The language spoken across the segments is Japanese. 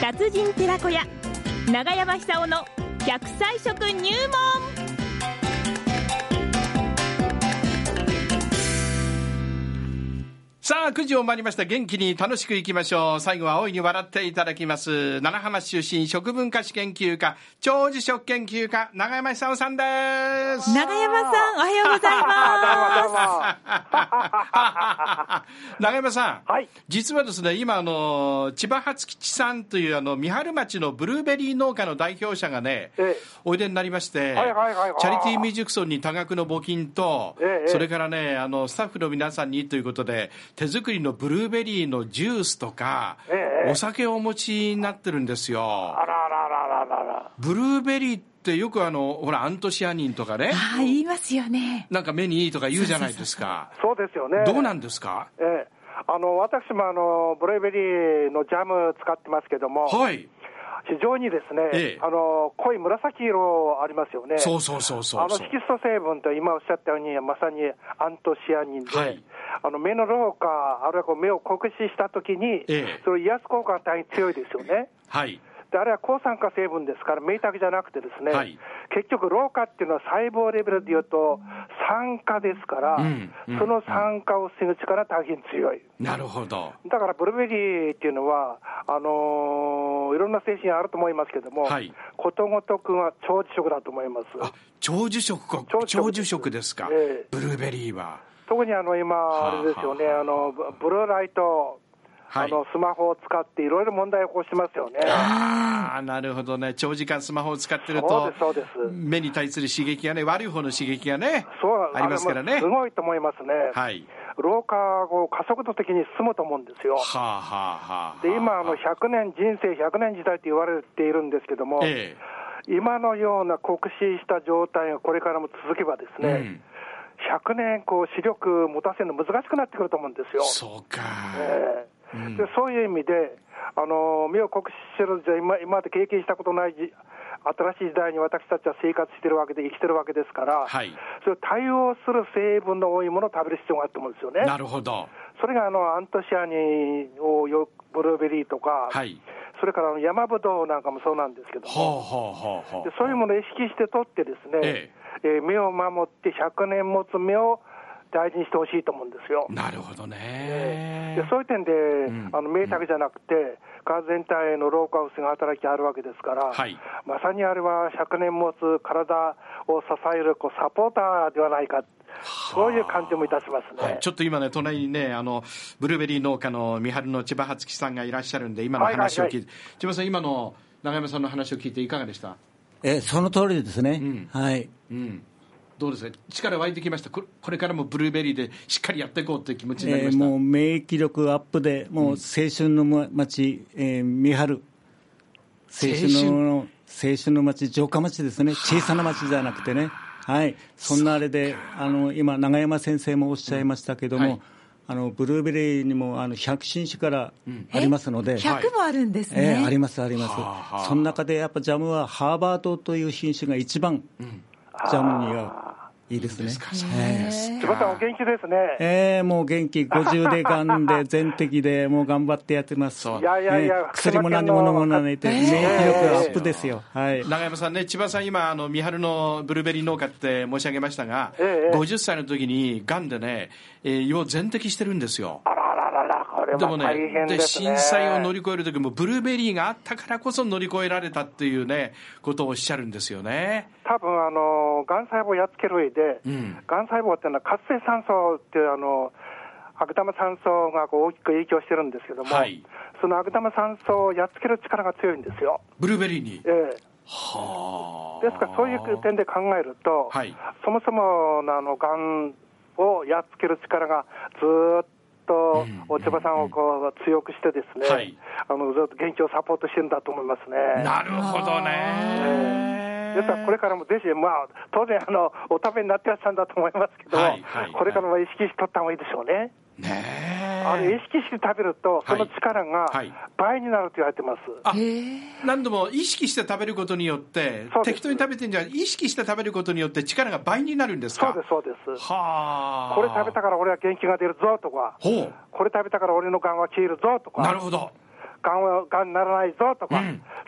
達人寺子屋長山久夫の100歳食入門さあ、9時を回りました。元気に楽しくいきましょう。最後は大いに笑っていただきます。七浜市出身食文化史研究家、長寿食研究家、長山久夫さんです。長山さんおはようございあまどうもどうも。 長山さん、はい実はですね、今、あの、千葉初吉さんという、あの、三春町のブルーベリー農家の代表者がね、ええおいでになりまして、はいはいはいはいチャリティー未熟村に多額の募金と、ええええそれからね、あの、スタッフの皆さんにということで、手作りのブルーベリーのジュースとか、ええええお酒をお持ちになってるんですよあ。らあらあらあらあら。ブルーベリーってよくあの、ほら、アントシアニンとかね、すあ言いますよねなんか目にいいとか言うじゃないですか。そうですよね。どうなんんですかええ。あの、私もあの、ブルーベリーのジャム使ってますけども、はい。非常にですね、ええあの、濃い紫色ありますよね。そうそうそうそうあのそう色。素成分と今おっしゃったように、まさにアントシアニンで、はいあの目の老化、あるいはこう目を酷使したときに、ええその癒す効果が大変強いですよね。はい。であれは抗酸化成分ですから、明確じゃなくてですね、はい結局、老化っていうのは細胞レベルでいうと、酸化ですから、うんうんその酸化を防ぐ力、大変強い。なるほど。だからブルーベリーっていうのは、あのーいろんな精神あると思いますけども、はいことごとくは長寿食だと思います。あ、長寿食か長長寿寿食で、す食ですかええ。ブルーベリーは。特にあの今、はああれですよね、はああのブブルーライト、はいあのスマホを使って、いろいろ問題を起こしてますよね。ああ、なるほどね。長時間スマホを使ってるそうとです、、そうです。目に対する刺激がね、悪い方の刺激がねそう、ありますからあれねも。すごいと思いますね。はい。老化を加速度的に進むと思うんですよ。はあはあはあ。で、今、あの、は100年、人生100年時代って言われているんですけども、え今のような酷使した状態がこれからも続けばですえ。うね、ん。 100年、こう、視力持たせるの難しくなってくると思うんですよ。そうか。ええうんでそういう意味で、あの目を酷使してるんじゃ、今今まで経験したことないじ新しい時代に私たちは生活してるわけで、生きてるわけですから、はい。それを対応する成分の多いものを食べる必要があると思うんですよね。なるほど。それがあのアントシアニンをよブルーベリーとか、はい。それからあの山ぶどうなんかもそうなんですけどほうも、ほうほうほうで。そういうものを意識して取って、ですね、ええー目を守って100年持つ目を大事にしてほしいと思うんですよ。なるほどえねーで。そういう点で、んあの明確じゃなくて、体全体への老化を防ぐ働きがあるわけですから、はいまさにあれは100年持つ体を支えるこうサポーターではないか、そういう感じもいたしますね。はい、ちょっと今ね、隣にね、あの、ブルーベリー農家の三春の千葉初樹さんがいらっしゃるんで、今の話を聞いて、はい千葉さん、今の永山さんの話を聞いていかがでしたえその通りですね、んはい、うん。どうですか力湧いてきましたこれこれからもブルーベリーでしっかりやっていこうという気持ちになりえまーした。もう免疫力アップで、もう青春のま街、えー三春、青春の青春の街、城下町ですね、小さな町じゃなくてね、はい、そんなあれで、あの今、永山先生もおっしゃいましたけども、うんはいあのブルーベリーにもあの100品種からありますので。 100 100もあるんですえね、えあります、ありはあはまあす、その中でやっぱジャムはハーバードという品種が一番、ジャムにはいいですね。ええ千葉さん、お元気ですね。えー、もう元気、50でがんで、全 摘で、もう頑張ってやってます。そういやいやいやね薬も何も飲まないで、えー免疫力アップですよ。はい。長山さんね、千葉さん、今、あの三春のブルーベリー農家って申し上げましたが、ええ50歳の時に、がんでね、えー胃を全摘してるんですよ。あらららら、これでももね大変でですね。震災を乗り越える時も、ブルーベリーがあったからこそ乗り越えられたっていうね、ことをおっしゃるんですよね。多分あの、がん細胞をやっつける上で、んがん細胞っていうのは活性酸素っていうあの、悪玉酸素がこう大きく影響してるんですけども、はいその悪玉酸素をやっつける力が強いんですよ。ブルーベリーに。ええはあですから、そういう点で考えると、はいそもそものあのがんをやっつける力がずーっとうんお千葉さんをこう強くして、ですね、はいあのずっと現状をサポートしてるんだと思いますね。なるほどね。ですからこれからもぜひ、まあ、当然あの、お食べになってらっしゃるんだと思いますけど、はいはいこれからも意識して取った方がいいでしょうね。ねえあれ意識して食べると、その力がはい倍になると言われてます。あへえ何度も意識して食べることによってそうです適当に食べてんじゃなくて意識して食べることによって力が倍になるんですかそうです、そうです。はあこれ食べたから俺は元気が出るぞとか、ほこれ食べたから俺のがんは消えるぞとうなるか、ほどがんはがんにならないぞとか、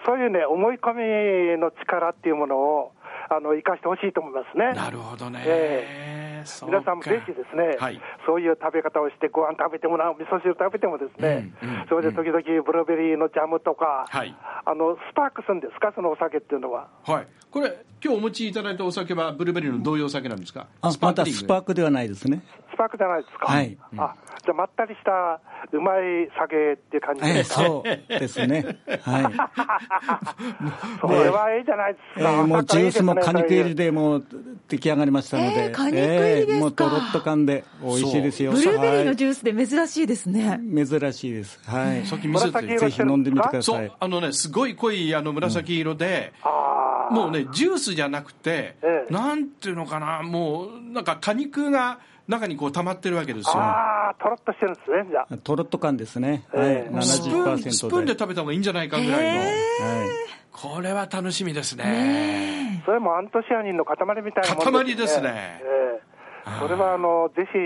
そういうね、思い込みの力っていうものを、あの生かしてほしいと思いますね。なるほどね。えそうか皆さんもぜひですね、はい。そういう食べ方をして、ご飯食べてもらう、味噌汁食べてもですね、うんうんそれで時々ブルーベリーのジャムとか、はいあのスパークするんですか、そのお酒っていうのは。はい。これ、今日お持ちいただいたお酒は、ブルーベリーのどういうお酒なんですかあまたスパーククではないですね。スパークじゃないですか。はいあじゃあ、まったりしたうまい酒っていう感じええですか。そうですね。 はい。それはいいじゃないですえか。ーもうジュースも果肉入りで。でもう出来上がりましたので、えー果肉入りですかえーもうとろっと噛んで美味しいですよ。ブルーベリーのジジュースで珍しいですね。ュース珍しいです。はい。さっき見せて紫色ぜひ飲んでみてくだそさうい。、あのね、すごい濃いあの紫色で、ああ、もうね、ジュースじゃなくて、ええなんていうのかな、もう、なんか果肉が中にこう溜まってるわけですよ。ああ、とろっとしてるんですね、じゃあ。とろっと感ですね。はい。えー70%スプーンで。スプーンで食べた方がいいんじゃないかぐらいの、はい。これは楽しみですね。それもアントシアニンの塊みたいなもん塊ですねええそれはあのぜひ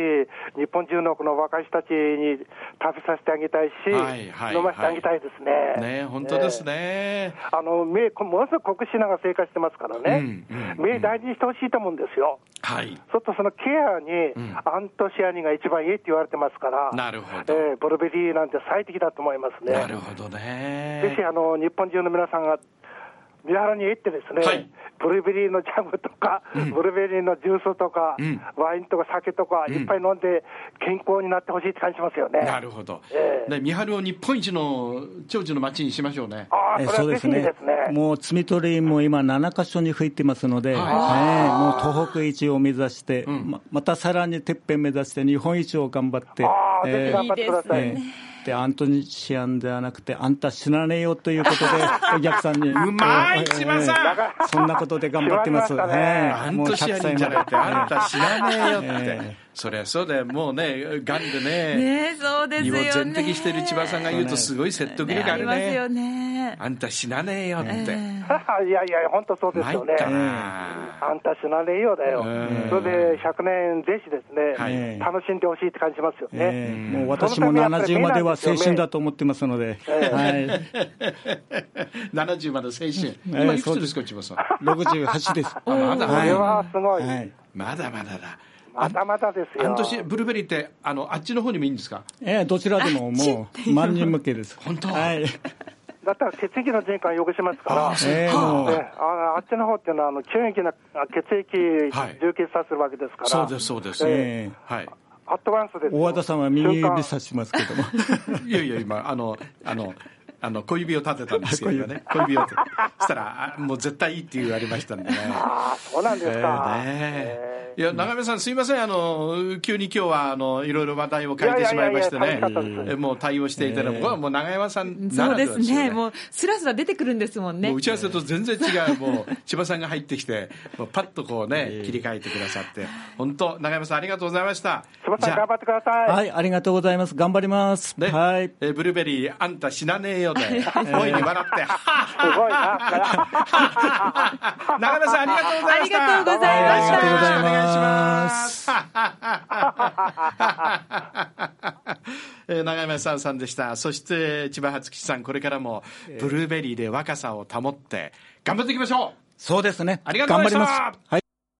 日本中のこの若い人たちに食べさせてあげたいし、はいはい飲ませてあげたいですねね。本当ですね。ええあの目こものすごく国士なが生活してますからね、うんうんうん目大事にしてほしいと思うんですよ。はい。ちょっとそのケアにんアントシアニンが一番いいって言われてますから、なるほどええブルーベリーなんて最適だと思いますね。なるほどぜひね。あの日本中の皆さんが三原に行ってですね、はいブルーベリーのジャムとか、ブルーベリーのジュースとか、うんワインとか酒とか、いっぱい飲んで、健康になってほしいって感じしますよね。なるほど。えね、え三春を日本一の長寿の町にしましょうね。あえあ、ーそれはぜひいいですね。もう摘み取りも今7箇所に吹いてますので、はいはいもう東北一を目指して、んままたさらにてっぺん目指して日本一を頑張って、ああ、ぜひえー頑張ってください。ええでアントニシアンではなくてあんた死なねえよということ でお客さんにううまい島さんそんなことで頑張っ てま縛すりましたねええあんもうた知らね100え歳んじゃなまくて、あん でた知らねえよって。ええそりゃそうだよ、もうね、がんでね、ねえ、そうです身よをね。全摘してる千葉さんが言うと、すごい説得力あるねありますよね。ね。あんた死なねえよって。 いやいや、本当そうです参っよね。たな。あんた死なねえよだよ。うんそれで100年ぜひですはね、い楽しんでほしいって感じますよええね。もう私も70までは青春だと思ってますので、はい、 70まで青春。え今えいくつですか、千葉さん。 68です。まだこれはすごい。はいまだまだだ。まだまだですよ。半年、ブルーベリーって、あの、あっちの方にもいいんですかええどちらでももう万人向けです。本当はい。だったら血液の循環をよくしますから、ええもうねああっちの方っていうのは、あの中液なあ血液、はい充血させるわけですから、そうです、そうです。えはい。アットワンスですよ大和田さんは右指瞬さしますけども。 いやいや、今、あの、あの、あの小指を立てたんですけど今ね、小指を立てそしたら、あもう絶対いいって言われましたんでね。間あ そうなんですか、ねえいや、長めさん、すいません、あの、急に今日は、あの、いろいろ話題を変えてしまいましていやいねやいや楽しかったでえす。もう対応していただく、これはもう長山さんなそうらでではすですよね。ね。もう、スラスラ出てくるんですもんねもう。打ち合わせと全然違う、も う、千葉さんが入ってきて、もうパッとこうね、切り替えてくださって、本当、長山さん、ありがとうございました。千葉さん、頑張ってください。はい、ありがとうございます。頑張ります。ねはい。えーブルーベリー、あんた死なねえよ で、大いに笑って、 すごいな中田さん、ありがとうございました。ありがとうございました来週もよろしくお願いしあます。 えー長山さんさんでした。そして、千葉初吉さん、これからも、ブルーベリーで若さを保って、頑張っていきましょうそうですね。ありがとうございました頑張りますはい。